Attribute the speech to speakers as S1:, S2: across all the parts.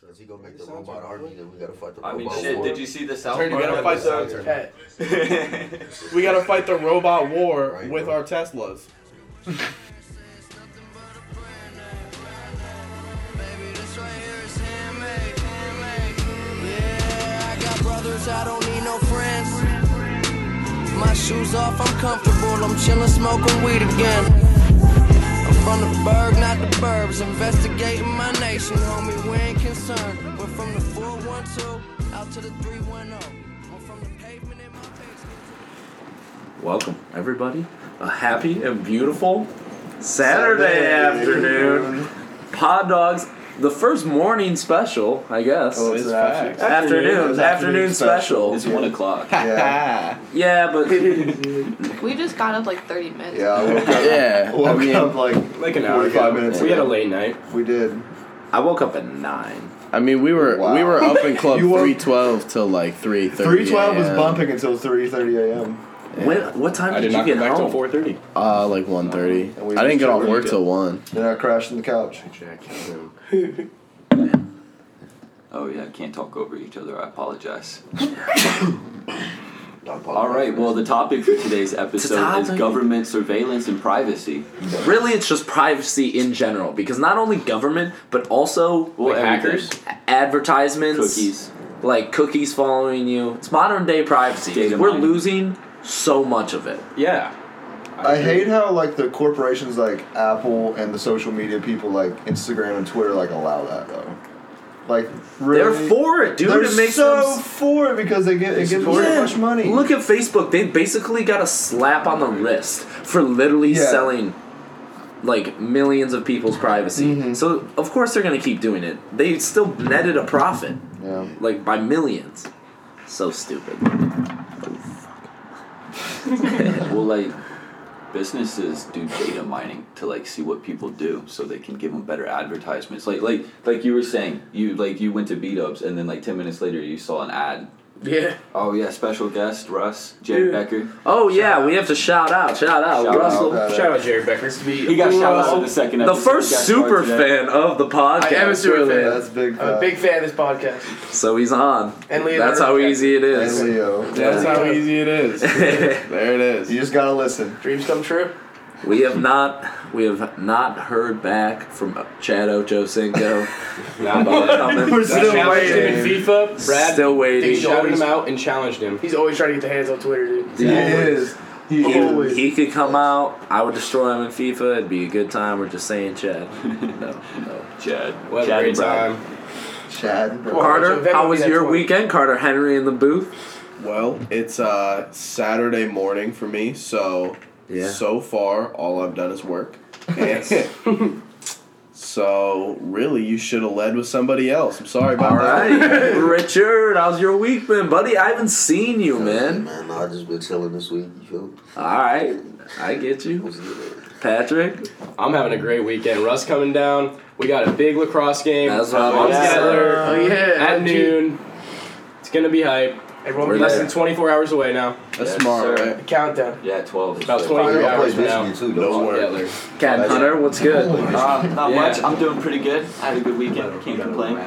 S1: So.
S2: Is he gonna make the robot argue that we gotta fight the
S3: I
S2: robot?
S3: mean, shit.
S2: war?
S3: Did you see the South
S4: Turn, you
S3: Park
S4: gotta fight
S3: episode?
S4: the pet. We gotta fight the robot war
S2: Right,
S4: with
S2: bro.
S4: our Teslas.
S5: Baby, this right here is handmade, handmade. Yeah, I got brothers, I don't need no friends. My shoes off, I'm comfortable. I'm chillin', smoking weed again. I'm from the burg, not the burbs. Investigating my nation, homie. We ain't concerned. We're from the 412 out to the 310. We're from the pavement in my basement.
S3: Welcome, everybody. A happy and beautiful Saturday, afternoon. Pod Dogs, the first morning special, I guess.
S6: Oh,
S4: It's
S6: it's
S4: facts.
S6: facts.
S3: afternoon, afternoon, special.
S6: It's one
S3: o'clock.
S6: Yeah.
S3: yeah, but
S7: We just got up like 30 minutes.
S6: Yeah. I woke up,
S3: yeah,
S6: woke
S3: I mean,
S6: up like
S8: Like an hour
S6: 45
S8: ago.
S6: minutes
S8: We had a
S6: ago.
S8: late night.
S6: we did.
S3: I woke up at nine.
S9: I mean, we were
S6: Wow.
S9: we were up in club
S6: You were-
S9: three twelve till like three thirty.
S6: 312 was bumping until 3:30 a.m.
S3: When, what time
S8: I
S3: did
S8: did
S3: you
S8: not
S3: get
S8: come back till
S3: home?
S8: four thirty.
S9: Uh, like one thirty.
S6: And we
S9: I didn't get off
S6: really
S9: work
S6: good.
S9: till one.
S6: Then I crashed on the couch.
S2: Jack him.
S3: Oh yeah, can't talk over each other. I apologize.
S2: Not possible.
S10: All right. Well, the topic for today's episode is
S3: topic.
S10: government surveillance and privacy.
S3: Really, it's just privacy in general because not only government but also
S10: Well,
S8: Like hackers?
S3: a- advertisements,
S10: Cookies.
S3: like cookies following you. It's modern day privacy.
S10: Data
S3: We're
S10: mining.
S3: losing so much of it.
S8: Yeah.
S6: I hate how like the corporations like Apple and the social media people like Instagram and Twitter like allow that though. Like really,
S3: They're for it, dude.
S6: They're
S3: it makes
S6: so
S3: them s-
S6: for it because they get it gives them
S3: Yeah.
S6: so much money.
S3: Look at Facebook. They basically got a slap on the wrist for literally
S6: Yeah.
S3: selling like millions of people's privacy.
S6: Mm-hmm.
S3: So of course they're gonna keep doing it. They still netted a profit
S6: yeah.
S3: like by millions. So stupid.
S10: Well, like businesses do data mining to like see what people do, so they can give them better advertisements. Like, like, like you were saying, you like you went to beat ups, and then like ten minutes later, you saw an ad.
S3: Yeah.
S10: Oh yeah, special guest Russ Jay
S8: Dude.
S10: Becker.
S3: Oh yeah, we have to shout out, shout Oh, out,
S10: Shout out.
S3: Russell.
S6: Uh,
S8: Shout out Jerry Becker.
S10: He got shout out in the second.
S3: uh, The
S10: episode.
S3: first
S10: Guest star
S3: super
S10: today.
S3: fan of the podcast.
S4: I am a super
S3: really.
S4: fan.
S6: that's big. uh,
S4: I'm a
S6: fat.
S4: big fan of this podcast.
S3: So he's on.
S4: And Leo
S3: That's how
S4: Durkheim.
S3: easy it
S6: and
S3: is.
S6: Leo.
S4: That's how easy it is. there it
S6: You
S4: is.
S6: just gotta listen.
S4: Dreams come true.
S3: we have not we have not heard back from Chad Ochocinco. about coming.
S6: We're
S8: I
S6: still
S8: challenged him in
S6: waiting.
S8: FIFA. Brad
S3: Still
S4: Dude,
S3: waiting.
S4: y'all-
S8: shouted him out and challenged him.
S4: He's always trying to get the hands on Twitter, dude.
S6: He is. He
S4: Always.
S6: is.
S3: He could come out. I would destroy him in FIFA. It'd be a good time. We're just saying, Chad. No, no.
S10: Chad.
S8: What
S10: Chad
S8: a great
S10: and Brad.
S8: time.
S6: Chad.
S4: Well, so
S3: Carter,
S4: then
S3: how
S4: we
S3: was
S4: had
S3: your
S4: 20.
S3: weekend? Carter Henry in the booth.
S9: Well, it's uh Saturday morning for me, so
S3: Yeah.
S9: so far all I've done is work. so really, you should have led with somebody else. I'm sorry about
S3: All
S9: that.
S3: right, Richard, how's your week been, buddy? I haven't seen you,
S2: Man,
S3: man.
S2: man, I just been chilling this week. You feel me?
S3: All right, I get you,
S2: What's good?
S3: Patrick.
S8: I'm having a great weekend. Russ coming down. We got a big lacrosse game.
S3: That's what I
S8: All
S3: was gonna
S8: together
S4: Oh, yeah.
S8: at noon. It's gonna be hype.
S4: Everyone
S8: We're
S4: be
S8: less
S4: listening
S8: than 24 hours away now.
S9: That's
S10: Yes,
S9: smart,
S10: sir.
S9: right?
S4: to Countdown.
S10: Yeah, twelve.
S8: About
S10: So-
S8: 23
S2: Y'all play
S8: hours from now.
S2: Michigan too,
S9: No
S2: don't
S9: work.
S8: Yeah, they're-
S3: Cat Hunter, what's good?
S10: Uh, not
S8: Yeah.
S10: much. I'm doing pretty good. I had a good weekend. Can't complain.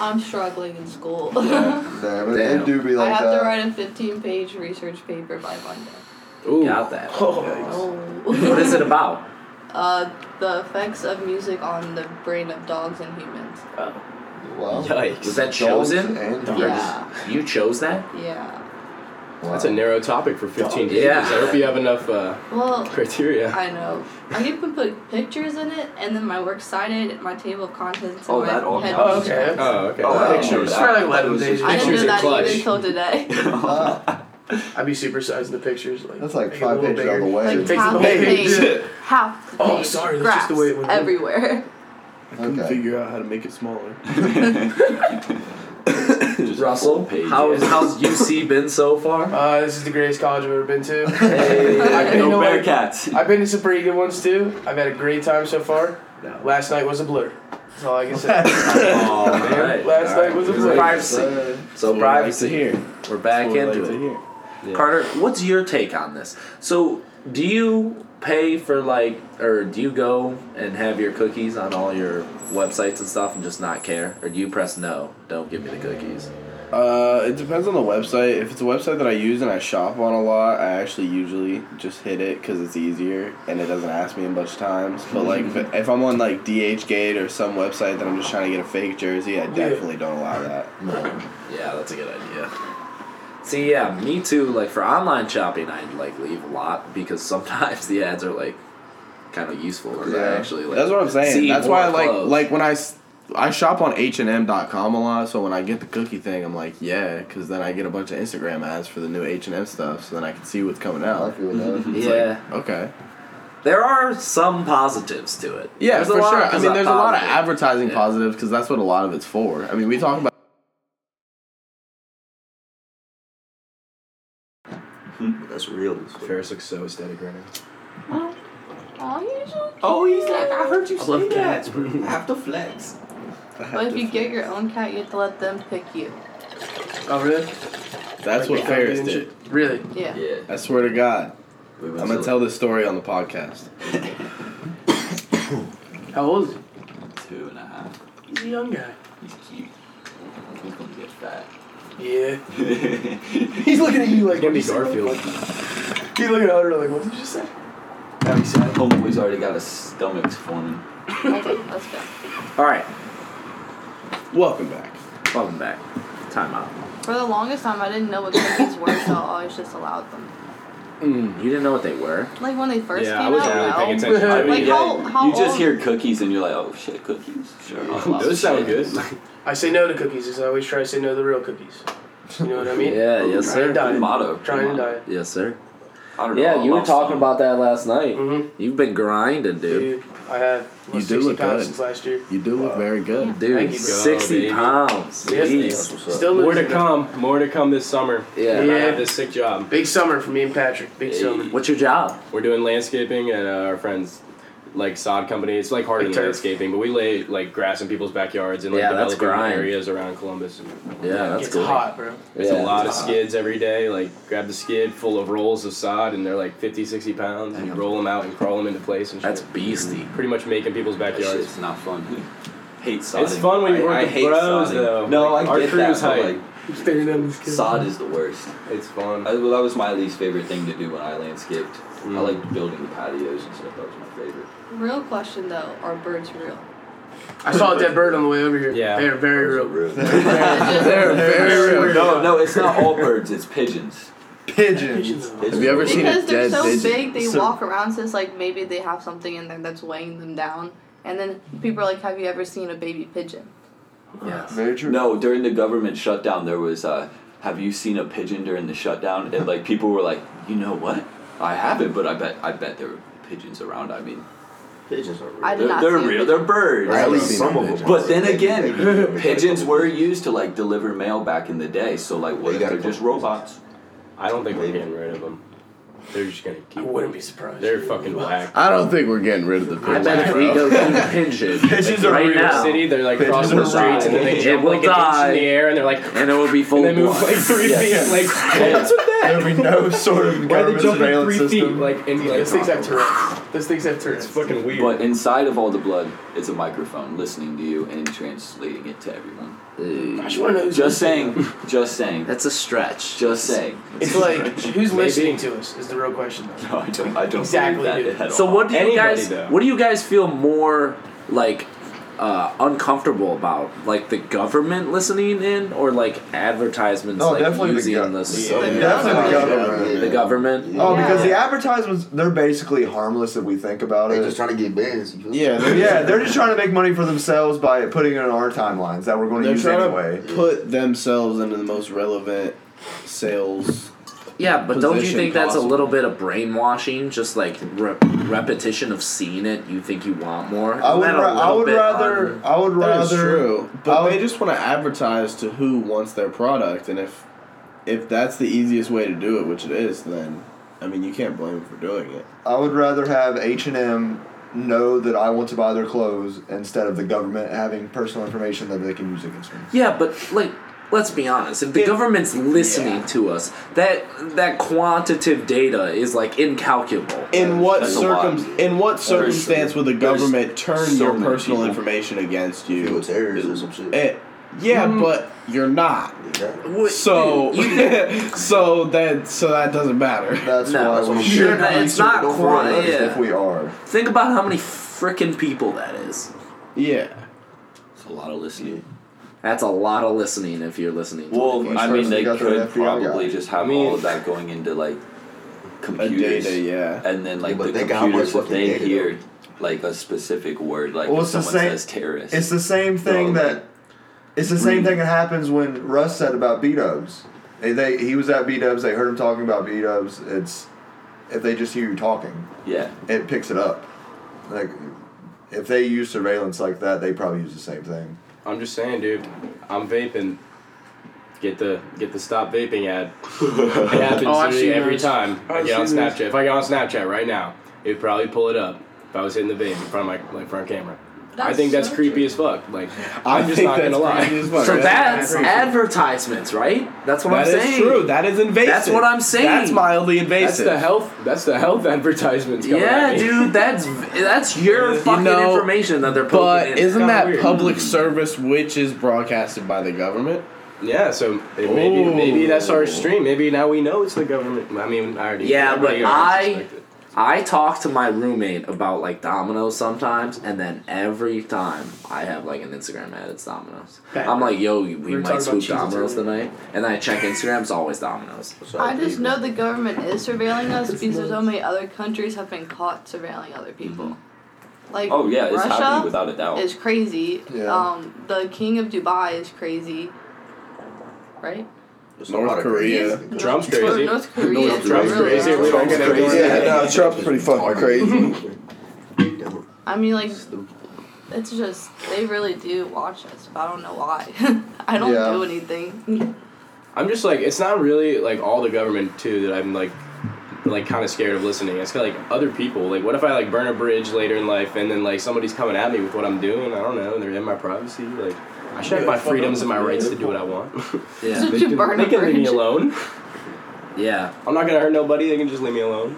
S7: I'm struggling in school.
S6: Damn, it,
S3: Damn.
S6: it do be
S7: I
S6: like
S7: have
S6: that.
S7: to write a 15 page research paper by Monday.
S8: Ooh.
S3: Got that. What
S7: Oh.
S3: is it about?
S7: uh, the effects of music on the brain of dogs and humans.
S6: Wow.
S3: Was
S8: Yikes.
S3: that chosen?
S6: And
S7: Yeah.
S3: You chose that?
S7: Yeah.
S8: That's a narrow topic for 15 pages.
S3: Yeah.
S8: I hope you have enough uh,
S7: Well,
S8: criteria.
S7: I know. I even put pictures in it, and then my works cited, my table of contents, and
S10: Oh,
S7: my
S10: that all
S7: head.
S4: Oh, okay.
S8: Oh, okay.
S10: Oh, I
S4: Pictures.
S10: don't know that.
S4: Probably like
S10: That was
S4: eleven
S10: just-
S7: I didn't
S8: Pictures are
S7: do that
S8: clutch.
S7: even until today.
S4: I'd be supersizing the pictures. Like,
S6: That's like
S4: make it a
S6: five
S4: little
S6: pages out of the
S4: bigger.
S6: way.
S7: Like,
S4: Fix
S7: half
S4: the
S7: the
S4: page.
S7: page. Half the page.
S4: Oh, sorry, that's just the way it
S7: Graphs
S4: went.
S7: everywhere.
S9: I couldn't
S6: Okay.
S9: figure out how to make it smaller.
S10: Just a
S3: Russell,
S10: full page,
S3: how's
S10: yeah.
S3: how's UC been so far?
S4: Uh, this is the greatest college I've ever been to. I- you
S10: Hey,
S4: know
S10: no
S4: what?
S10: Bearcats.
S4: I've been to some pretty good ones too. I've had a great time so far. Last night was a blur. That's all I can say.
S10: Oh,
S3: All
S10: man.
S3: right.
S4: Last night was a blur.
S3: Privacy.
S6: Uh,
S3: So privacy.
S9: here.
S3: We're back
S9: That's what we like
S3: into
S9: to
S3: it.
S9: hear.
S3: Carter, what's your take on this? So, do you pay for like, or do you go and have your cookies on all your websites and stuff and just not care, or do you press no, don't give me the cookies?
S9: Uh, it depends on the website. If it's a website that I use and I shop on a lot, I actually usually just hit it because it's easier and it doesn't ask me a bunch of times. But like if,
S3: Mm-hmm.
S9: if I'm on like DHgate or some website that I'm just trying to get a fake jersey, I definitely don't allow that.
S3: Yeah, that's a good idea. See, yeah, me too. Like for online shopping, I like leave a lot because sometimes the ads are like kind of useful. Or yeah. actually, like,
S9: That's what I'm saying.
S3: see
S9: That's why I
S3: more
S9: like
S3: clothes.
S9: like when I s- I shop on H&M.com a lot, so when I get the cookie thing, I'm like, yeah, because then I get a bunch of Instagram ads for the new H&M stuff, so then I can see what's coming
S6: I
S9: out.
S6: feel that.
S9: It's
S3: yeah.
S9: like, okay.
S3: There are some positives to it.
S9: Yeah,
S3: There's a
S9: for
S3: lot
S9: sure.
S3: that's
S9: I mean,
S3: not
S9: there's a lot of
S3: positive.
S9: advertising
S3: Yeah.
S9: positives because that's what a lot of it's for. I mean, we talk about.
S2: That's real.
S8: Ferris looks so aesthetic right now.
S10: Oh, he's like, I heard you
S3: love
S10: say that. I have to flex.
S7: But if you get your own cat, you have to let them pick you.
S4: Oh, really?
S9: That's what Ferris did.
S4: Really?
S7: Yeah.
S10: Yeah.
S9: I swear to God,
S10: We went
S9: I'm gonna
S10: to-
S9: tell this story on the podcast.
S4: How old is he?
S10: Two and a half.
S4: He's a young guy.
S10: He's cute. He's gonna get fat.
S4: Yeah.
S10: He's
S4: He's looking at you like.
S8: It's gonna be
S4: "What'd you say?"
S8: Garfield.
S4: He's looking at Hunter like, what did you just say? That'd be sad.
S10: Homeboy's already got his stomach's forming.
S7: Okay, let's go.
S3: All right,
S9: Welcome back.
S3: welcome back. Time out.
S7: For the longest time, I didn't know what cookies were, so I always just allowed them.
S3: Hmm, You didn't know what they were.
S7: Like when they first
S8: yeah,
S7: came
S8: I wasn't
S7: out,
S8: really
S7: no.
S8: paying attention.
S4: I
S8: To
S4: mean,
S8: it.
S7: Like, how- how
S10: you just
S7: old-
S10: hear cookies and you're like, oh shit, cookies. Sure. I'll allow
S8: Those
S10: some
S8: sound
S10: shit.
S8: good.
S4: I say no to cookies because I always try to say no to the real cookies. You know what I mean?
S3: Yeah, yes
S4: Trying to
S3: sir.
S4: diet.
S10: Motto.
S4: Trying to
S10: Motto.
S4: diet.
S3: Yes sir.
S10: I don't know.
S3: Yeah,
S10: I'll
S3: you were
S10: allow
S3: talking
S10: some.
S3: about that last night.
S4: Mhm.
S3: You've been grinding, dude.
S4: Dude, I have
S9: You
S4: lost
S9: do
S4: 60
S9: look
S4: pounds
S9: good.
S4: since last year.
S9: You do look very good.
S3: Dude,
S4: Thank you, bro.
S3: sixty
S8: Go, baby.
S3: pounds.
S4: Yes,
S3: Jeez.
S4: Still
S8: More to
S4: losing.
S8: come. More to come this summer. I
S3: Yeah.
S4: Yeah.
S8: have this sick job.
S4: Big summer for me and Patrick. Big
S10: Hey.
S4: summer.
S3: What's your job?
S8: We're doing landscaping and uh, our friends like sod company. It's like harder
S4: Like
S8: than
S4: turf.
S8: landscaping, but we lay like grass in people's backyards and like
S3: Yeah, that's
S8: developing
S3: grind.
S8: areas around Columbus.
S3: Yeah, that's
S4: it's
S3: cool.
S4: hot, bro.
S8: It's
S3: Yeah.
S8: a lot of skids every day. Like grab the skid full of rolls of sod and they're like 50, 60 pounds and you roll them out and crawl them into place and shit.
S3: That's beastie.
S8: pretty much making people's
S10: That
S8: backyards.
S10: shit's not fun. hate sodding.
S8: It's fun when you
S10: I-
S8: work
S10: I
S8: with
S10: hate
S8: bros,
S10: sodding.
S8: though.
S10: No,
S8: Like,
S10: I
S8: our
S10: get
S8: crew's
S10: that. but,
S8: hype.
S10: Like,
S4: I'm staring at this kid.
S10: sod is the worst.
S8: It's fun.
S10: I, well, that was my least favorite thing to do when I landscaped.
S8: Mm.
S10: I liked building patios and stuff. That was my favorite.
S7: Real question though, are birds real?
S4: I saw a dead bird on the way over here.
S8: Yeah.
S4: They're very real.
S9: They're very real.
S10: No, no, it's not all birds. It's pigeons.
S9: Pigeons.
S10: Pigeons.
S9: Have you ever seen a
S7: Because they're
S9: dead
S7: so
S9: pigeon?
S7: big, they
S9: So-
S7: walk around. So it's like maybe they have something in there that's weighing them down. And then people are like, "Have you ever seen a baby pigeon?"
S3: Yes.
S6: Very true.
S10: No, during the government shutdown, there was. Uh, have you seen a pigeon during the shutdown? And like people were like, you know what? I haven't, but I bet I bet there were pigeons around. I mean,
S2: Pigeons are real.
S7: I did
S10: they're,
S7: not.
S10: they're
S7: see a
S10: real.
S7: pigeon.
S10: They're birds.
S6: Right.
S2: At
S6: I've
S2: least
S6: seen
S2: some of
S6: pigeons.
S2: them.
S10: But then
S2: They-
S10: again,
S2: they- they- they-
S10: Pigeons were used to like deliver mail back in the day. So like, what
S2: They
S10: if
S2: got
S10: they're
S2: a
S10: just
S2: couple
S10: robots?
S8: I don't think we're
S2: Maybe.
S8: getting rid of them. They're just gonna
S4: I
S8: keep.
S4: wouldn't be surprised.
S8: They're fucking whack.
S9: I don't think we're getting rid of the
S3: I
S9: pigeons.
S3: bet if we
S9: bro.
S3: go to pigeon
S8: Pigeons are
S3: right
S8: real
S3: now,
S8: city. They're like
S9: Pigeons
S8: crossing
S9: will
S8: the streets and then
S3: die.
S8: they
S3: It
S8: jump
S3: will
S8: like an inch
S3: die.
S8: in the air and they're like.
S3: and it will be full
S8: And they
S3: of
S8: move
S3: blood.
S8: like three
S3: Yes.
S8: feet. Like
S6: There'll be no sort
S8: why
S6: of
S8: they
S6: government
S8: jump like
S6: surveillance
S8: three feet?
S6: system.
S8: Like and like
S4: Those things have Tourette's. Those things have Tourette's.
S8: It's fucking weird.
S10: But inside of all the blood is a microphone listening to you and translating it to everyone.
S4: I just want to know who's
S10: Just saying. Just saying.
S3: That's a stretch.
S10: Just saying.
S4: It's like who's
S8: Maybe.
S4: listening to us is the real question. Though.
S10: No, I don't. I don't
S4: Exactly,
S10: believe
S4: dude.
S10: that at
S3: So
S10: all.
S3: what do you
S8: Anybody,
S3: guys?
S8: though.
S3: What do you guys feel more like uh, uncomfortable about? Like the government listening in, or like advertisements
S6: No,
S3: like
S6: definitely the
S3: using
S6: gov-
S3: the,
S2: Yeah.
S3: the,
S6: Definitely
S2: Yeah.
S6: government.
S2: Yeah.
S3: government?
S6: Oh, because
S7: Yeah.
S6: the advertisements, they're basically harmless if we think about
S2: They
S6: it.
S2: just trying to get bands. You feel
S9: yeah, they're
S6: yeah, they're just trying to make money for themselves by putting it on our timelines that we're going to
S9: They're
S6: use
S9: trying
S6: anyway.
S9: to put themselves into the most relevant sales.
S3: Yeah, but don't you
S9: Position
S3: think that's a
S9: possible.
S3: little bit of brainwashing? Just like re- repetition of seeing it, you think you want more.
S6: I would,
S3: Isn't that a
S6: ra- I
S3: little
S6: would
S3: bit
S6: rather,
S3: un-
S6: I would
S9: That is
S6: rather,
S9: true,
S6: I
S9: but
S6: would-
S9: they just want to advertise to who wants their product, and if if that's the easiest way to do it, which it is, then I mean you can't blame them for doing it.
S6: I would rather have H and M know that I want to buy their clothes instead of the government having personal information that they can use against me.
S3: Yeah, but like let's be honest. If the government's listening to us, that that quantitative data is like incalculable.
S9: In what
S10: That's a
S9: circum
S10: lot.
S9: in what circumstance would the
S10: There's
S9: government turn
S10: so
S9: your
S10: many
S9: personal
S10: people.
S9: information against
S2: Fuel
S9: you?
S2: terrorism, some shit.
S9: Eh, yeah, but you're not.
S2: Exactly.
S3: What-
S9: So
S3: dude, you-
S9: so that so that doesn't matter.
S6: That's
S3: No,
S6: why
S3: that's
S6: we
S3: what I'm
S6: should
S3: saying.
S6: not
S3: It's not
S6: don't worry
S3: quite-
S6: about it
S3: yeah.
S6: if we are.
S3: think about how many freaking people that is.
S9: Yeah.
S10: It's a lot of listening.
S3: That's a lot of listening if you're listening. to
S10: Well,
S6: First
S10: I mean,
S6: person
S10: they
S6: got their
S10: could
S6: FBI guy.
S10: probably just have
S8: I mean-
S10: all of that going into like
S9: A
S10: computers,
S9: data, yeah.
S10: and then like
S2: Yeah, but
S10: the
S2: think how much
S10: computers if
S2: fucking
S10: they
S2: data,
S10: hear like a specific word, like
S6: Well,
S10: if
S6: it's the
S10: someone
S6: same-
S10: says terrorist,
S6: It's the same thing
S10: Bro,
S6: that.
S10: like,
S6: It's the same thing that happens when Russ said about B Dubs. They, they he was at B Dubs. They heard him talking about B Dubs. It's if they just hear you talking,
S10: yeah,
S6: it picks it up. Like if they use surveillance like that, they probably use the same thing.
S8: I'm just saying, dude. I'm vaping. Get the get the stop vaping ad. It happens
S4: Oh, I've
S8: to me
S4: seen
S8: every
S4: those.
S8: time i
S4: I've
S8: get on
S4: seen those.
S8: Snapchat. If I get on Snapchat right now, it'd probably pull it up if I was hitting the vape in front of my like front camera. I think that's
S7: so
S8: creepy
S7: true.
S8: as fuck. Like I'm just not gonna
S9: crazy
S8: lie.
S9: as fuck.
S3: So
S9: That's-
S3: that's advertisements, right? That's what
S9: that
S3: I'm
S9: is
S3: saying.
S9: true. That is invasive.
S3: That's what I'm saying.
S9: That's mildly
S8: That's
S9: invasive.
S8: the health. That's the health advertisements. Coming at
S3: Yeah,
S8: me.
S3: dude, that's that's your
S9: You
S3: fucking
S9: know,
S3: information that they're
S9: But
S3: poking in.
S9: isn't
S8: kinda
S9: that
S8: weird.
S9: public service which is broadcasted by the government?
S8: Yeah, so it- maybe
S9: Ooh.
S8: maybe that's our stream. Maybe now we know it's the government. I mean, I already
S3: Yeah,
S8: everybody already
S3: but I-
S8: suspected.
S3: I talk to my roommate about like Domino's sometimes, and then every time I have like an Instagram ad, it's Domino's.
S4: Bad.
S3: I'm like, yo, we,
S4: were
S3: might
S4: talking about
S3: swoop
S4: cheese
S3: Domino's
S4: earlier.
S3: tonight, and then I check Instagram, it's always Domino's.
S7: I just know the government is surveilling us because there's so many other countries have been caught surveilling other
S6: Mm-hmm.
S7: people. Like
S10: oh yeah, it's happening
S7: Russia
S10: without a doubt.
S7: is crazy.
S6: Yeah.
S7: Um, the king of Dubai is crazy. Right?
S2: There's
S9: North
S2: a lot of
S9: Korea.
S2: crazy-
S8: Trump's
S7: Or
S8: crazy.
S7: North Korea.
S10: North
S7: is
S10: Trump's
S7: really
S8: crazy.
S7: wild.
S8: We're not gonna ignore
S2: Crazy.
S8: that.
S9: no, Trump's pretty fucking
S2: crazy.
S7: I mean, like, it's just they really do watch us, but I don't know why. I don't
S6: Yeah.
S7: do anything.
S8: I'm just like it's not really like all the government too that I'm like like kind of scared of listening. It's kind of like other people. Like what if I like burn a bridge later in life and then like somebody's coming at me with what I'm doing? I don't know. They're in my privacy. Like I should have my freedoms and my rights to do what I want.
S3: Yeah,
S7: Just
S8: they
S7: to
S8: can,
S7: burn
S8: they
S7: a
S8: can leave me
S7: bridge.
S8: alone.
S3: yeah.
S8: I'm not gonna hurt nobody. They can just leave me alone.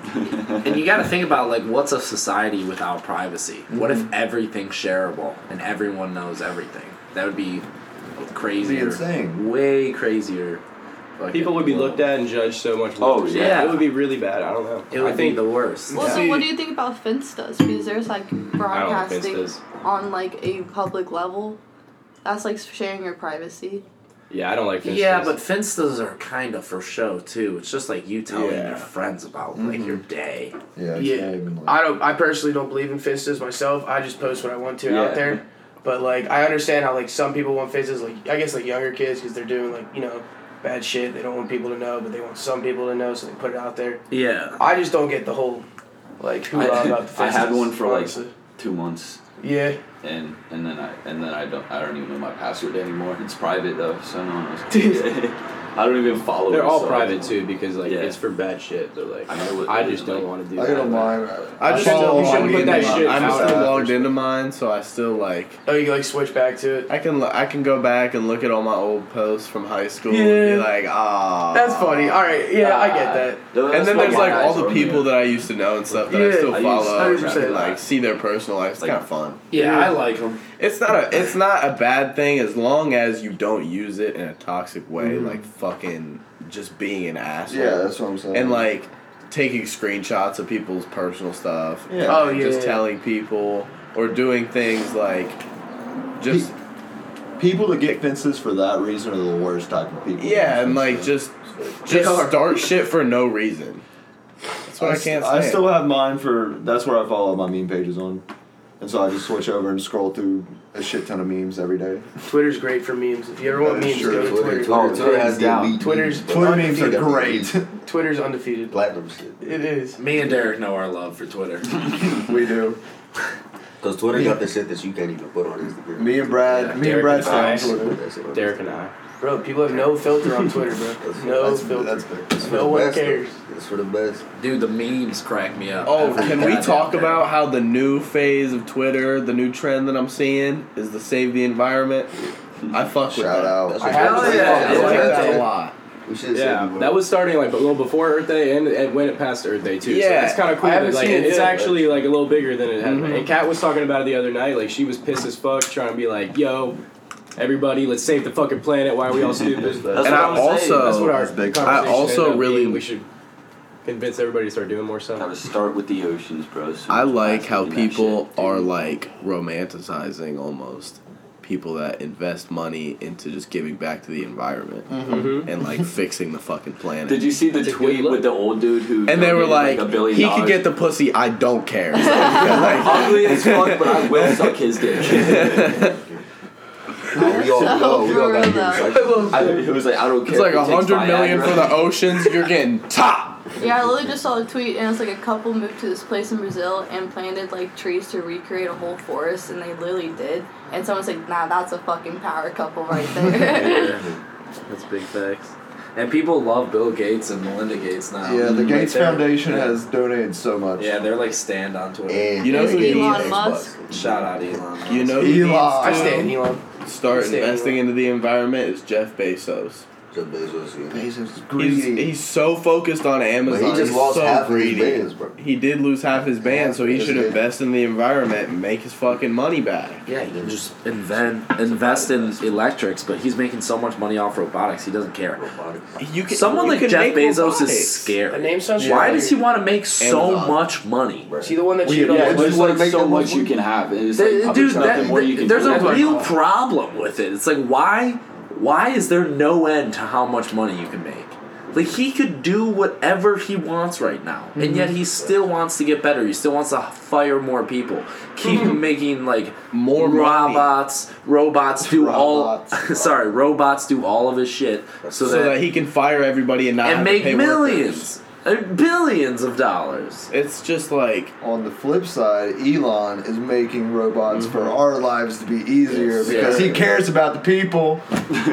S3: And you got to think about like what's a society without privacy? What if everything's shareable and everyone knows everything? That would be crazier,
S6: insane.
S3: way crazier. Like,
S8: People would be looked at and judged so much.
S10: Oh,
S8: worse.
S3: yeah.
S8: it would be really bad. I don't know.
S3: It would
S8: I think
S3: be the worst.
S7: Well, so
S9: Yeah.
S7: what do you think about Finstas? Because there's like broadcasting
S8: Finstas.
S7: on like a public level. That's like sharing your privacy.
S8: yeah, I don't like.
S3: Yeah,
S8: Insta's.
S3: but finstas are kind of for show too. It's just like you telling
S9: Yeah.
S3: your friends about like your day.
S6: Yeah, it's
S4: Yeah.
S6: not even like-
S4: I don't. I personally don't believe in fistas myself. I just post what I want to
S10: Yeah.
S4: out there. But like, I understand how like some people want fistas. Like I guess like younger kids because they're doing like you know bad shit. They don't want people to know, but they want some people to know, so they put it out there.
S3: Yeah.
S4: I just don't get the whole like who
S10: I-
S4: about the fistas.
S10: I had one for, like-
S4: honestly.
S10: Two months,
S4: yeah.
S10: and and then I and then I don't I don't even know my password anymore. It's private though, so no one knows.
S4: Dude.
S10: I don't even follow.
S8: they're
S10: it,
S8: all
S10: so I
S8: private
S10: don't-
S8: too because like
S10: Yeah.
S8: it's for bad shit. But like
S10: I know what-
S8: I just
S10: like,
S8: don't want to do
S6: I
S8: that.
S6: get on
S8: like-
S6: mine.
S9: I
S6: I
S9: just
S6: follow
S9: don't- you
S6: along
S9: shouldn't put
S6: in
S9: that
S6: the-
S9: shit.
S6: I'm
S9: I'm
S6: just
S9: still
S6: after
S9: logged
S6: shit.
S9: into mine, so I still like
S4: Oh, you can, like switch back to it.
S9: I can lo- I can go back and look at all my old posts from high school and
S4: Yeah.
S9: be like, ah.
S4: That's funny. All right. Yeah, I get that.
S10: No,
S9: And
S10: that's
S9: then
S10: what
S9: there's
S10: my
S9: like
S10: guys
S9: all the
S10: wrote me.
S9: people that I used to know and stuff that I
S4: Yeah,
S9: still
S10: I used-
S9: follow. and I
S4: 100%.
S9: can like see their personal life. It's
S10: Like-
S9: kind of fun.
S3: Yeah,
S4: Yeah.
S3: I like them.
S9: It's not a it's not a bad thing as long as you don't use it in a toxic way,
S4: Mm-hmm.
S9: like fucking just being an asshole.
S6: Yeah, that's what I'm saying.
S9: and like taking screenshots of people's personal stuff.
S6: Yeah.
S4: Oh,
S9: and
S4: yeah,
S9: Just
S4: yeah.
S9: telling people or doing things like just
S6: people that get fences for that reason are the worst type of people.
S9: yeah, and like just just start shit for no reason. That's what I, can't
S6: I
S9: say.
S6: still have mine for. That's where I follow my meme pages on, and so I just switch over and scroll through a shit ton of memes every day.
S4: Twitter's great for memes. If you ever want
S6: Yeah,
S4: memes,
S6: sure,
S4: go to
S6: Twitter-
S4: Twitter.
S2: Oh, Twitter has the elite
S4: Twitter's
S6: Twitter memes are
S2: Undefeated.
S6: great.
S4: Twitter's undefeated.
S2: Platinum shit.
S4: It is.
S3: Me and Derek know our love for Twitter.
S6: we do.
S2: Because Twitter got the shit that you can't even put on Instagram.
S6: Me and Brad. me and
S8: Derek
S6: Brad
S8: and
S6: stay on
S8: I.
S6: Twitter.
S2: That's it.
S8: Derek and I.
S4: Bro, people have no filter on Twitter, bro.
S2: That's-
S4: No
S6: that's,
S4: filter.
S6: that's big.
S2: It's for
S4: No
S2: the
S4: one
S2: best, though.
S4: cares.
S2: It's for the best.
S3: Dude, the memes crack me up.
S9: Oh,
S3: every
S9: can we
S3: goddamn
S9: talk
S3: day.
S9: about how the new phase of Twitter, the new trend that I'm seeing, is the save the environment? I fuck with
S6: Shout
S9: that.
S6: out.
S4: I have
S3: Hell
S4: to
S3: yeah.
S9: I
S4: yeah.
S9: like
S3: Yeah.
S9: that a lot.
S2: We should have said
S8: Yeah,
S2: we were.
S8: that was starting like a little before Earth Day and, and when it passed Earth Day too.
S9: Yeah, Mm-hmm.
S8: so it's kind of cool.
S4: I haven't
S8: that, like,
S4: seen it
S8: it's
S4: yet, but-
S8: actually like a little bigger than it had. been. And Kat was talking about it the other night. Like she was pissed as fuck, trying to be like, "Yo, everybody, let's save the fucking planet. Why are we all stupid?"
S10: That's
S9: and
S10: what
S9: I
S10: I'm saying.
S9: also-
S8: That's what our
S6: That's big.
S8: conversation
S9: I also
S8: ended up
S9: really-
S8: being. we should convince everybody to start doing more stuff.
S10: Gotta start with the oceans, bro. So
S9: I
S10: much
S9: like how
S10: plastic in that
S9: people
S10: shit, dude.
S9: are like romanticizing almost people that invest money into just giving back to the environment and like fixing the fucking planet.
S10: Mm-hmm. Did you see the
S8: That's a good
S10: tweet
S8: look.
S10: with the old dude who?
S9: and they were like,
S10: donated, a billion
S9: he could
S10: dollars?
S9: get the pussy, I don't care. Like,
S10: ugly as fuck, but I will suck his dick.
S6: Oh, we all know. We all got
S7: though.
S6: to
S10: I, it was like I don't care.
S9: it's like
S10: if
S9: a
S10: he takes
S9: hundred million
S10: Viagra.
S9: for the oceans, you're getting top.
S7: Yeah, I literally just saw a tweet, and it's like a couple moved to this place in Brazil and planted like trees to recreate a whole forest, and they literally did. And someone's like, "Nah, that's a fucking power couple right there."
S3: That's big facts. And people love Bill Gates and Melinda Gates now.
S6: Yeah, the
S3: Like,
S6: Gates
S3: they're-
S6: Foundation
S3: yeah.
S6: has donated so much.
S3: Yeah, they're like stand on Twitter.
S6: And
S9: You know who
S6: Elon
S7: Elon
S6: Musk.
S7: Musk.
S3: Shout out Elon.
S9: You know, who
S6: Elon.
S4: I
S9: needs to
S4: stand Elon.
S9: start
S4: Stay
S9: investing
S4: Elon.
S9: into the environment is Jeff Bezos.
S2: Jeff Bezos, yeah.
S6: Bezos is
S9: He's,
S6: greedy.
S9: he's so focused on
S2: But
S9: Amazon.
S2: he just
S9: he's
S2: lost
S9: so
S2: half of
S9: greedy.
S2: his bands, bro.
S9: He did lose half his band, so he
S6: Yes,
S9: should
S6: he did.
S9: invest in the environment and make his fucking money back.
S3: Yeah, you can just invent, invest in electrics, but he's making so much money off robotics, he doesn't care.
S9: You can,
S3: Someone
S9: you
S3: like
S9: can
S3: Jeff
S9: make
S3: Bezos
S9: robotics.
S3: is scary.
S4: The name sounds
S3: Why
S4: familiar.
S3: does he want to make so
S9: Amazon.
S3: much money?
S4: See the one that
S6: We-
S4: cheated
S6: yeah,
S4: on
S10: Yeah,
S4: the
S10: there's
S6: wanna
S10: like
S6: make
S10: so
S6: them
S10: much
S6: look-
S10: you can have. And it's
S3: Th-
S10: like,
S3: Dude,
S10: there's nothing
S3: that-
S10: more you can
S3: there's
S10: do.
S3: a real problem with it. It's like why, why is there no end to how much money you can make? Like he could do whatever he wants right now, and yet he still wants to get better. He still wants to fire more people, keep making like
S9: More money.
S3: robots. Robots do all.
S6: Robots.
S3: sorry, robots do all of his shit, so,
S9: so that he can fire everybody and not
S3: and
S9: have to
S3: make
S9: pay
S3: millions, uh, billions of dollars.
S9: workers. It's just like
S6: On the flip side, Elon is making robots for our lives to be easier
S3: Mm-hmm. Yes.
S6: because
S3: Yeah.
S6: he cares about the people.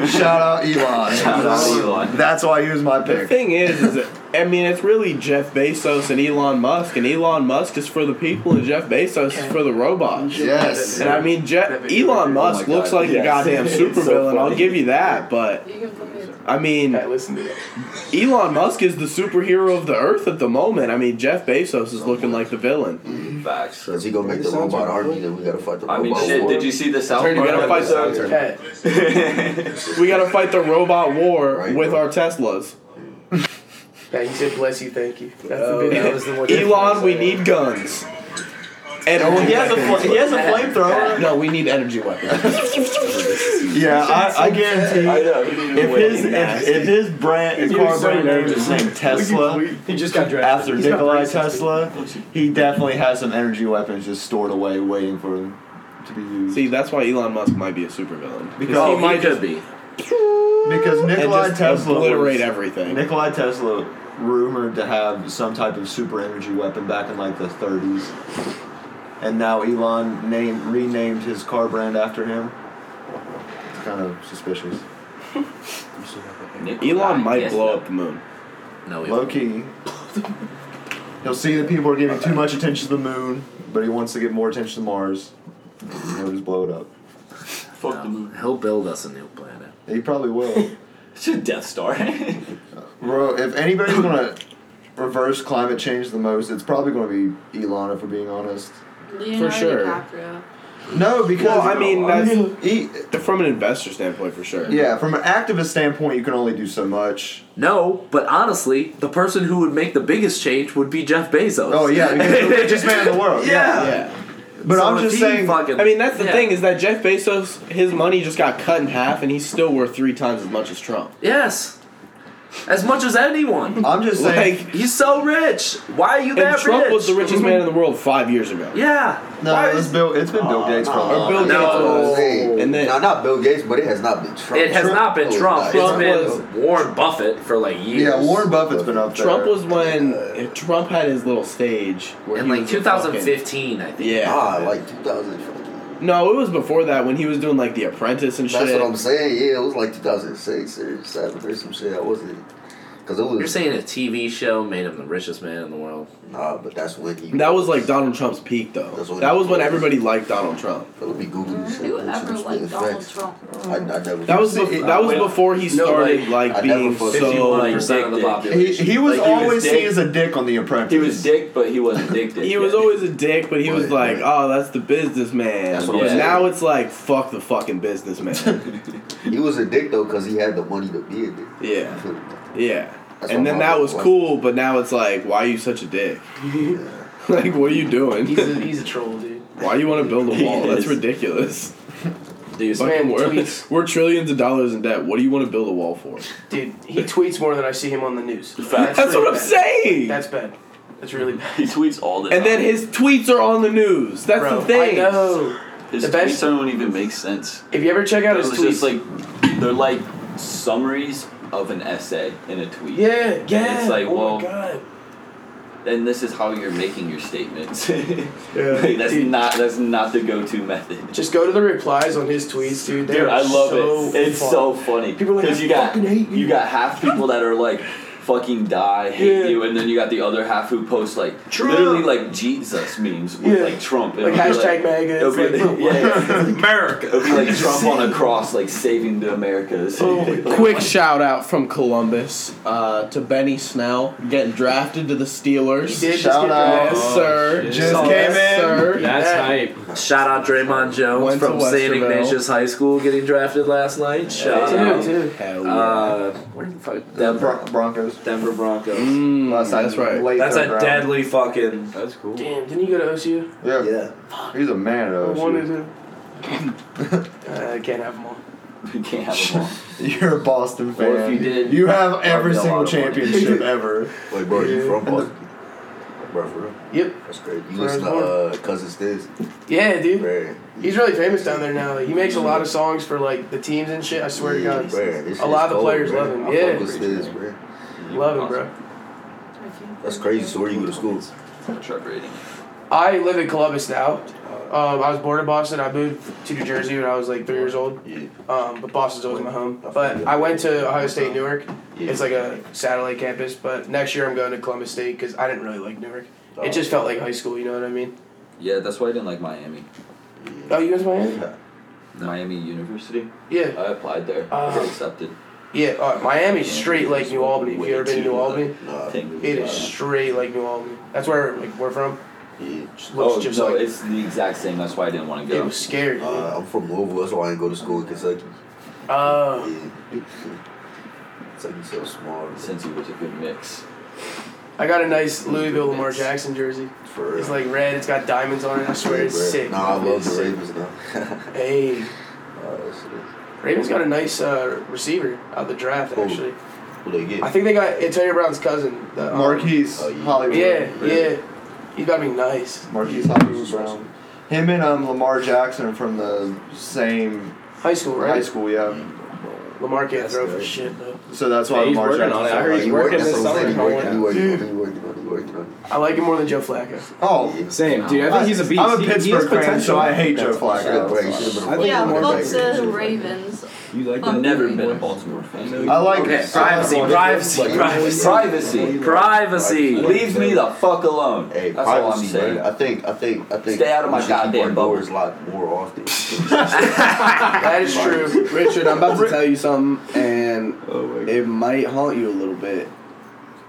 S6: Shout out Elon.
S10: Shout out Elon.
S6: That's why he was my
S9: the
S6: pick.
S9: thing is, is that, I mean, it's really Jeff Bezos and Elon Musk, and Elon Musk is for the people, and Jeff Bezos is for the robots.
S6: Yes. Oh
S9: And I mean, Je- Elon Musk
S10: God.
S9: looks like a
S10: Yes.
S9: goddamn supervillain. I'll give you that, but
S7: you can put me. in-
S9: I mean,
S4: I listened to it.
S9: Elon Musk is the superhero of the earth at the moment. I mean, Jeff Bezos is looking like the villain.
S10: Facts.
S2: Is he gonna make the robot army that we gotta fight the
S10: I mean,
S2: robot
S10: shit.
S2: war?
S10: Did you see the South
S9: We
S10: Park
S9: gotta fight
S10: episode?
S9: the,
S4: Hey,
S9: we gotta fight the robot war
S2: Right,
S9: with
S2: bro.
S9: our Teslas.
S4: hey, he said, bless you, thank you. That's the
S9: Oh,
S4: bit that was the one.
S9: Elon, we need guns. And he has a fl- he has a flamethrower. No, we need energy weapons.
S1: Yeah, I, I guarantee.
S10: I know. he didn't
S1: If
S10: win.
S1: his if, if his brand his car brand name is named Tesla
S4: He just got drafted.
S1: after Nikolai Tesla, he definitely has some energy weapons just stored away waiting for him to be used.
S9: See, that's why Elon Musk might be a supervillain. Because
S1: Because,
S3: Oh, he
S1: he-
S3: might just be.
S1: because
S9: and
S1: Nikolai
S9: just
S1: Tesla
S9: obliterate
S1: was-
S9: everything.
S1: Nikolai Tesla rumored to have some type of super energy weapon back in like the 30s, and now Elon named renamed his car brand after him. It's kind of suspicious.
S10: Nikolai,
S9: Elon might
S10: yes,
S9: blow
S10: no.
S9: up the moon.
S3: No, he
S6: Low key. He'll see that people are giving too much attention to the moon, but he wants to give more attention to Mars. He'll just blow it up.
S10: Fuck the moon.
S3: He'll build us a new planet.
S6: He probably will.
S10: It's a Death Star.
S6: Bro, if anybody's gonna reverse climate change the most, it's probably gonna be Elon. If we're being honest.
S7: Leonardo
S9: sure.
S7: DiCaprio.
S6: No, because
S9: Well, I mean, that's,
S6: he,
S9: from an investor standpoint, for sure.
S6: yeah, from an activist standpoint, you can only do so much.
S3: No, but honestly, the person who would make the biggest change would be Jeff Bezos.
S6: Oh yeah, because he's the richest man in the world.
S3: Yeah.
S9: Yeah.
S6: but
S3: So
S6: I'm
S3: if
S6: just
S3: he
S6: saying.
S3: Fucking,
S9: I mean, that's the
S3: yeah.
S9: thing is that Jeff Bezos, his money just got cut in half, and he's still worth three times as much as Trump.
S3: Yes, as much as anyone.
S6: I'm just saying.
S9: Like,
S3: He's so rich. Why are you
S9: and
S3: that
S9: Trump
S3: rich?
S9: was the richest man in the world five years ago.
S3: Yeah.
S6: no,
S3: Why
S6: it's
S3: is-
S6: Bill. It's been Bill Gates for a
S9: Or Oh, Bill
S6: long
S9: Gates
S6: time.
S3: No.
S9: was.
S2: Hey,
S9: And then
S2: no, not Bill Gates, but it has not been Trump. Oh,
S3: It has
S6: Trump
S3: not been
S6: was
S3: Trump.
S6: nice.
S9: Trump
S3: It's been Warren Buffett for like years.
S6: Yeah, Warren Buffett's been up there.
S9: Trump was when Trump had his little stage where
S3: In
S9: he
S3: like
S9: was a
S3: 2015, I think.
S9: fucking- yeah.
S2: Ah, like 2000.
S9: No, it was before that when he was doing like The Apprentice and
S2: That's
S9: shit.
S2: what I'm saying. Yeah, it was like 2006 or seven or some shit. I wasn't. Because it was
S3: You're saying a TV show made him the richest man in the world.
S2: nah, but that's when he.
S9: That was like Donald Trump's peak, though.
S2: That's what-
S9: That was when everybody liked Donald Trump.
S2: It would be Google shit.
S7: Who
S2: It's
S7: ever
S2: just
S7: liked
S2: it's
S7: Donald
S2: facts.
S7: Trump?
S2: I, I never.
S9: That was bef- that was
S10: wait.
S9: before he
S10: No, like,
S9: started like,
S2: I never
S9: being
S2: fucked-
S9: so.
S10: Like
S3: percent of the
S10: dick, dick.
S3: population.
S1: He, he was
S10: Like, he was
S1: always seen
S10: dick.
S1: as a dick on The Apprentice.
S10: He was dick, but he wasn't dick. dick
S9: He
S10: yet.
S9: was always a dick, but he was
S2: Right,
S9: like,
S2: right.
S9: "Oh, that's the businessman."
S2: That's what
S10: I'm
S9: but
S10: saying.
S9: now it's like, "Fuck the fucking businessman."
S2: He was a dick though, cause he had the money to be a dick.
S9: yeah, yeah.
S2: That's
S9: and
S2: what
S9: then
S2: my
S9: that
S2: mom
S9: was
S2: was.
S9: cool, but now it's like, "Why are you such a dick? like, what are you doing?
S4: He's a, he's a troll, dude.
S9: Why do you want to build a wall?
S10: He
S9: That's
S10: is.
S9: ridiculous.
S4: This
S9: Fucking
S4: man
S9: we're,
S4: tweets,
S9: we're trillions of dollars in debt. What do you want to build a wall for?
S4: dude. He tweets more than I see him on the news.
S10: Facts.
S9: That's
S4: really
S9: what I'm
S4: bad.
S9: saying.
S4: That's bad. That's really bad.
S10: He tweets all the
S9: and
S10: time.
S9: then his tweets are on the news. That's
S4: Bro,
S9: the thing.
S4: I know.
S10: his
S4: the best-
S10: tweets don't even make sense.
S4: If you ever check out his
S10: It's
S4: tweets,
S10: just like they're like summaries of an essay in a tweet.
S4: yeah, yeah.
S10: it's like,
S4: oh
S10: well,
S4: my god.
S10: And this is how you're making your statements.
S4: Yeah,
S10: Like, that's
S4: dude.
S10: not that's not the go-to method.
S4: Just go to the replies on his tweets, dude. They
S10: Dude,
S4: are
S10: I love
S4: so
S10: it. It's
S4: fun.
S10: so funny
S4: People are like,
S10: because
S4: "I
S10: you got
S4: fucking hate you."
S10: got half people that are like fucking die hate
S4: Yeah.
S10: you, and then you got the other half who post like
S4: Trump.
S10: literally like Jesus memes with
S4: Yeah.
S10: like Trump, It'll
S4: like
S10: be,
S4: hashtag mega.
S10: it'll
S4: It's
S10: be,
S4: like, bro,
S10: yeah, yeah.
S4: America.
S10: It'll be like Trump on a cross, like saving the Americas.
S4: Oh
S10: Like,
S9: Quick shout out from Columbus uh, to Benny Snell getting drafted to the Steelers.
S4: He did
S6: Shout
S4: just get
S6: out.
S9: Yes,
S4: drafted.
S9: sir.
S8: shit.
S9: Yes,
S6: Just came in.
S9: sir.
S8: That's hype.
S3: Shout out Draymond Jones
S9: Went to
S3: from St.
S9: Westerville.
S3: Ignatius High School getting drafted last night. Shout
S4: Dude,
S3: out.
S4: dude.
S9: Hell
S10: Um,
S3: Uh, where the fuck? Denver,
S6: Bron- uh, Broncos.
S3: Denver Broncos.
S9: Mm,
S6: Last night,
S9: that's right.
S6: late
S3: That's
S6: third
S3: a
S6: round.
S3: deadly fucking.
S8: That's cool.
S4: Damn, didn't you go to OSU?
S6: Yeah.
S3: Yeah.
S6: he's a man.
S4: I
S6: Though,
S4: wanted to. Uh, I can't have them all.
S10: you can't have them all.
S6: You're a Boston fan.
S10: if you did,
S6: you have every
S10: be a lot
S6: single
S10: of money.
S6: championship ever.
S2: Wait, bro, you from Boston? Bro, for real?
S4: Yep.
S2: That's great. You
S4: Where
S2: listen
S4: I
S2: to
S4: was
S2: uh, Cousin Stiz?
S4: Yeah, dude.
S2: Bro,
S4: He's really famous down there now. Like, he makes a lot of songs for like the teams and shit. I swear
S2: yeah,
S4: to God,
S2: bro, this
S4: a
S2: shit's
S4: lot of the
S2: cold,
S4: players
S2: bro.
S4: love him.
S2: I
S4: Yeah.
S2: fuck with Stiz, bro.
S4: love him, bro.
S2: That's crazy. So where you go to school?
S10: Truck rating.
S4: I live in Columbus now. Um, I was born in Boston. I moved to New Jersey when I was like three years old.
S2: Yeah.
S4: Um, but Boston's always my home. But I went to Ohio State Newark. It's like a satellite campus. But next year I'm going to Columbus State because I didn't really like Newark. It just felt like high school. You know what I mean?
S10: Yeah, that's why I didn't like Miami.
S4: Oh, you guys Miami?
S10: Miami University.
S4: Yeah.
S10: I applied there. I
S4: Ah.
S10: got accepted.
S4: Yeah. Uh, Miami's straight like New Albany. If you ever been to New Albany?
S2: Nah,
S10: Thing.
S4: It is straight like New Albany. That's where like we're from.
S2: yeah.
S4: Just looks
S10: Oh
S4: just
S10: no,
S4: like
S10: it's the exact same. That's why I didn't want to
S4: it
S10: go.
S4: was scary. dude.
S2: Uh, I'm from Louisville. That's why I didn't go to school in Kentucky.
S4: Uh,
S2: Yeah. Kentucky's so small. bro.
S10: Since he was a good mix.
S4: I got a nice Louisville Lamar Jackson jersey.
S2: For real.
S4: It's like red. It's got diamonds on it. I swear it's
S2: Bro.
S4: sick.
S2: Nah, I love
S4: It's
S2: the
S4: sick.
S2: Ravens now.
S4: Hey,
S2: Oh, that shit is-
S4: Ravens got a nice uh, receiver out of the draft.
S2: Who?
S4: Actually,
S2: Who they get?
S4: I think they got Antonio Brown's cousin. The, um,
S6: Marquise
S2: Oh, yeah.
S6: Hollywood.
S4: Yeah, yeah. He's got to be nice.
S6: Marquise Hollywood Brown. Him and um, Lamar Jackson are from the same
S4: High school, right?
S6: high school. Yeah.
S4: Lamar can't
S8: That's
S4: throw
S8: good.
S4: for shit though.
S6: So that's why
S8: Hey, he's
S6: Lamar
S8: working
S6: Jackson.
S8: on it. I heard he's
S2: He
S8: working
S2: that's
S8: this
S2: what I'm
S8: summer.
S2: saying. He
S8: Don't
S2: working, he
S8: worry.
S2: working, he working, he working, he working, he working.
S4: I like him more than Joe Flacco.
S6: Oh.
S8: Same, dude. I think he's a beast.
S6: I'm a
S8: He- he has
S6: Pittsburgh fan,
S8: potential.
S6: so I hate Joe
S2: Should've
S6: Flacco.
S2: played, should've been a
S8: I think
S7: Yeah, uh,
S2: fucking
S8: Lamar
S7: fuck
S2: Jackson.
S7: the Ravens.
S8: You like
S7: I've
S8: that?
S10: Never been a Baltimore fan.
S6: I like
S3: Okay, privacy,
S6: I like-
S3: privacy, privacy,
S10: Privacy.
S3: privacy.
S10: Leave me the fuck alone.
S2: Hey,
S10: That's all I'm
S2: privacy,
S10: saying.
S2: man. I think, I think, I think.
S10: Stay out of my
S2: we should keep
S10: goddamn
S2: our
S10: bubble.
S2: doors locked more often.
S4: That is true.
S9: Richard, I'm about to tell you something, and
S2: oh my
S9: it might haunt you a little bit.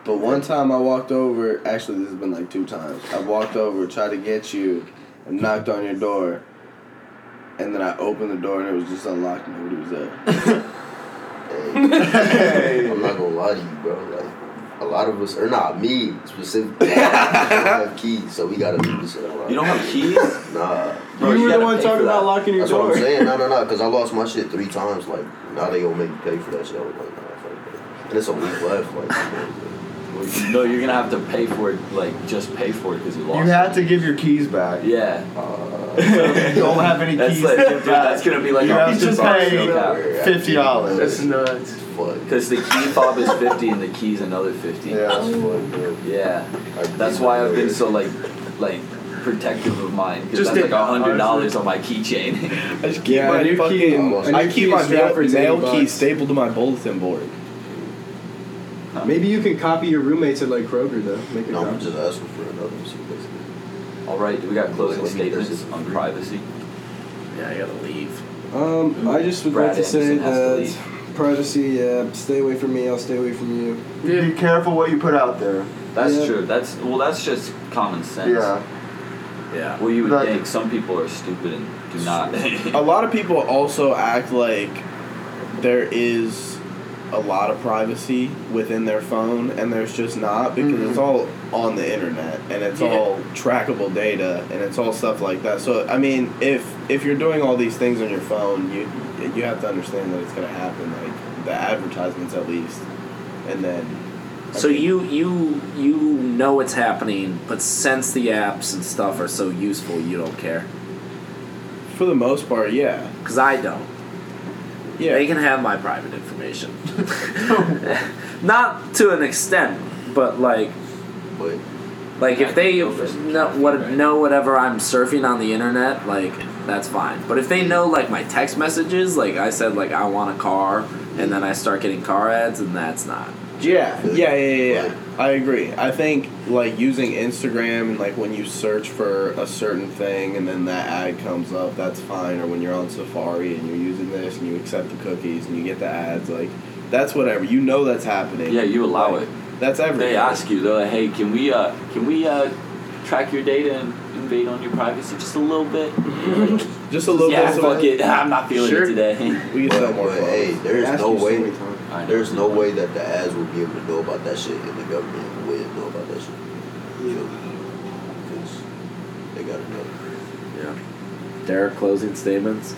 S9: But one time I walked over, actually, this has been like two times. I walked over, tried to get you, and knocked on your door. And then I opened the door and it was just unlocked and nobody was there.
S2: Hey, I'm not gonna lie to you, bro. Like, a lot of us, or not me specifically, I don't have keys, so we gotta leave this shit alone.
S10: You don't have keys?
S2: Nah.
S10: Bro,
S8: You were the
S10: gotta
S8: one
S10: pay for
S8: talking
S10: that.
S8: about locking your
S2: That's what
S8: door.
S2: I'm saying. No, no, no. Because I lost my shit three times. Like now they gonna make me pay for that shit. I was like, nah, fuck that. And it's a week left. Like,
S10: No, you're gonna have to pay for it. Like, just pay for it because you
S6: You
S10: lost.
S6: had to give your keys back.
S10: Yeah.
S6: You don't have any
S10: That's
S6: keys.
S10: like,
S6: to
S10: dude,
S6: give back.
S10: that's gonna be like
S6: You
S10: a
S6: have to
S10: hundred
S6: pay.
S10: bucks.
S6: Fifty
S4: That's
S6: dollars.
S4: nuts.
S2: fuck.
S10: Because the key fob is fifty and the key's another fifty.
S6: Yeah.
S2: Fuck,
S10: Yeah.
S2: bro. Like,
S10: That's why I've been so like, like protective of mine. Because
S4: Just
S10: that's like
S4: did-
S10: a hundred dollars on my keychain.
S9: I just
S8: keep my fucking- I
S9: I
S8: keep
S9: keep my
S8: my
S9: mail,
S8: Stafford's
S9: mail
S8: $80
S9: key stapled to my bulletin board.
S11: Maybe you can copy your roommates at like Kroger though. Make a
S2: No, I'm
S11: copy.
S2: just asking for another one. See what they say.
S10: All right, we got closing
S2: Let me get this.
S10: statements on privacy.
S3: Yeah, I gotta leave.
S11: Um, I just would
S10: Brad
S11: like to say
S10: Anderson has to
S11: that
S10: leave.
S11: privacy. Yeah, stay away from me. I'll stay away from you.
S1: Be careful what you put out there.
S10: That's
S11: Yeah.
S10: true. That's well. That's just common sense.
S1: Yeah.
S3: Yeah.
S10: Well, you would
S1: That-
S10: think some people are stupid and do not.
S9: A lot of people also act like there is a lot of privacy within their phone, and there's just not because it's all on the internet and it's
S3: Yeah.
S9: all trackable data and it's all stuff like that. So I mean, if if you're doing all these things on your phone, you you have to understand that it's gonna happen, like the advertisements at least, and then
S3: So you you you know it's happening, but since the apps and stuff are so useful, you don't care.
S9: for the most part, yeah,
S3: Cause I don't.
S9: yeah.
S3: They can have my private information. Not to an extent, but like
S2: But
S3: like if they
S10: Yeah, I think they'll
S3: know
S10: just-
S3: what
S10: right.
S3: know whatever I'm surfing on the internet, like that's fine. But if they know like my text messages, like I said, like I want a car, and then I start getting car ads, and that's not.
S9: Yeah,
S2: Good.
S9: yeah, yeah, yeah.
S2: Like-
S9: yeah. I agree. I think like using Instagram and like when you search for a certain thing and then that ad comes up, that's fine. Or when you're on Safari and you're using this and you accept the cookies and you get the ads, like that's whatever. You know that's happening.
S10: yeah, you allow
S9: Like,
S10: it.
S9: That's everything.
S10: They ask you though, hey, can we uh, can we uh, track your data and invade on your privacy just a little bit?
S9: Just a little
S10: yeah,
S9: bit.
S10: fuck it. I'm not feeling
S9: Sure.
S10: it today.
S9: We can sell
S2: but,
S9: more.
S2: but
S9: clothes.
S2: hey, there is
S11: Ask
S2: no
S11: you so
S2: way.
S11: many times.
S10: I know.
S2: There's no way that the ads will be able to know about that shit, and the government will know about that shit. You know, 'cause they gotta know.
S3: Yeah. Derek closing statements.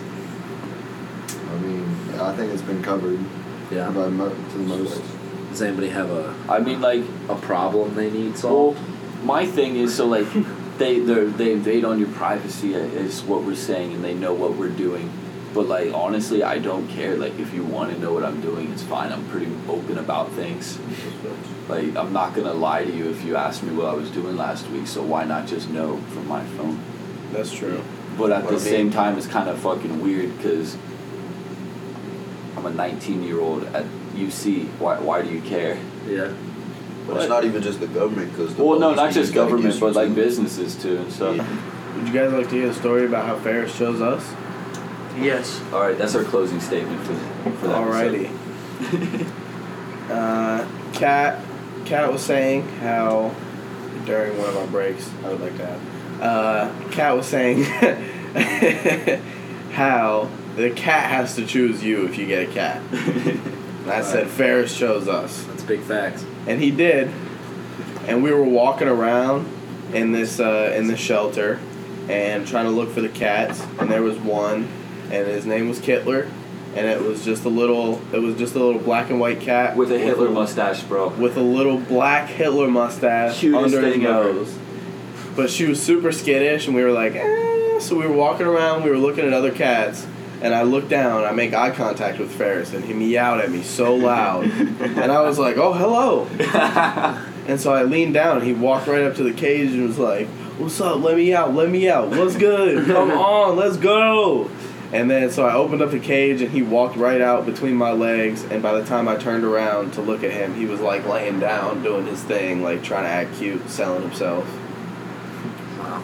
S1: I mean, I think it's been covered
S3: Yeah.
S1: by mo- to the most.
S3: Does anybody have a
S10: I mean, like,
S3: a problem they need
S10: well,
S3: solved?
S10: my thing is so like they they're, they invade on your privacy uh, is what we're saying, and they know what we're doing. But like honestly, I don't care. Like if you want to know what I'm doing, it's fine. I'm pretty open about things. Like I'm not gonna lie to you if you ask me what I was doing last week. So why not just know from my phone?
S9: That's true.
S10: But at
S2: What I
S10: the
S2: mean-
S10: same time, it's kind of fucking weird because I'm a 19 year old at UC. Why, why do you care?
S3: yeah.
S2: But it's not even just the government, because
S10: Well, no, not just government, but like businesses too and stuff.
S9: Would you guys like to hear a story about how Ferris chose us?
S4: Yes.
S10: All right, that's our closing statement for, for that.
S9: Alrighty. uh, Kat, Kat was saying how during one of our breaks, I would like to have. Uh, Kat was saying how the cat has to choose you if you get a cat. And I said Ferris chose us,
S3: That's big facts.
S9: and he did. And we were walking around in this uh, in the shelter and trying to look for the cats, and there was one, and his name was Kittler, and it was just a little it was just a little black and white cat
S10: With a Hitler mustache, bro.
S9: with a little black Hitler mustache
S10: Cutest
S9: under his
S10: thing ever.
S9: nose. But she was super skittish, and we were like, eh. So we were walking around, we were looking at other cats, and I look down, I make eye contact with Ferris, and he meowed at me so loud. and I was like, oh, hello. and so I leaned down, and he walked right up to the cage and was like, what's up? Let me out, let me out. What's good? Come on, let's go. And then so I opened up the cage and he walked right out between my legs and by the time I turned around to look at him, he was like laying down doing his thing, like trying to act cute, selling himself.
S3: Wow.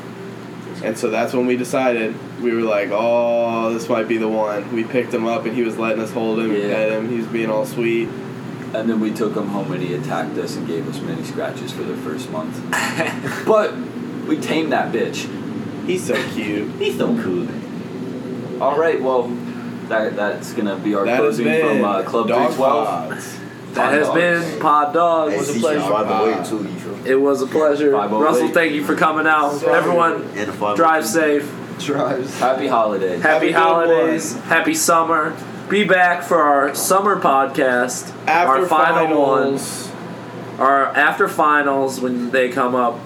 S9: And so that's when we decided we were like, "Oh, this might be the one." We picked him up and he was letting us hold him,
S10: Yeah.
S9: and pet him. He was being all sweet.
S10: And then we took him home and he attacked us and gave us many scratches for the first month. but we tamed that bitch.
S9: He's so cute.
S10: He's so cool. All right, well, that that's gonna be our
S9: That has
S10: closing
S9: been
S10: from uh, Club
S9: Dog
S10: 312.
S9: Pods.
S3: That has been Pod
S2: Hey,
S3: Dogs.
S2: was a
S4: pleasure.
S2: By the
S10: Uh,
S2: way, too, you feel me?
S3: It was a pleasure.
S10: 508.
S3: Russell, thank you for coming out. Everyone,
S2: And the five-
S3: drive safe.
S1: Drives.
S10: Happy holiday.
S9: Have a
S3: Happy
S9: good
S3: holidays. Happy summer. Be back for our summer podcast.
S9: After
S3: our final ones.
S9: finals,
S3: Our after finals when they come up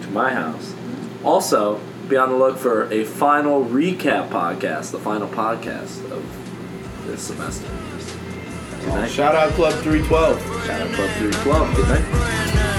S3: to my house. Also, be on the look for a final recap podcast, the final podcast of this semester. Good night.
S9: shout out Club Three Twelve.
S3: Shout out Club 312. Good night.
S5: Brand new.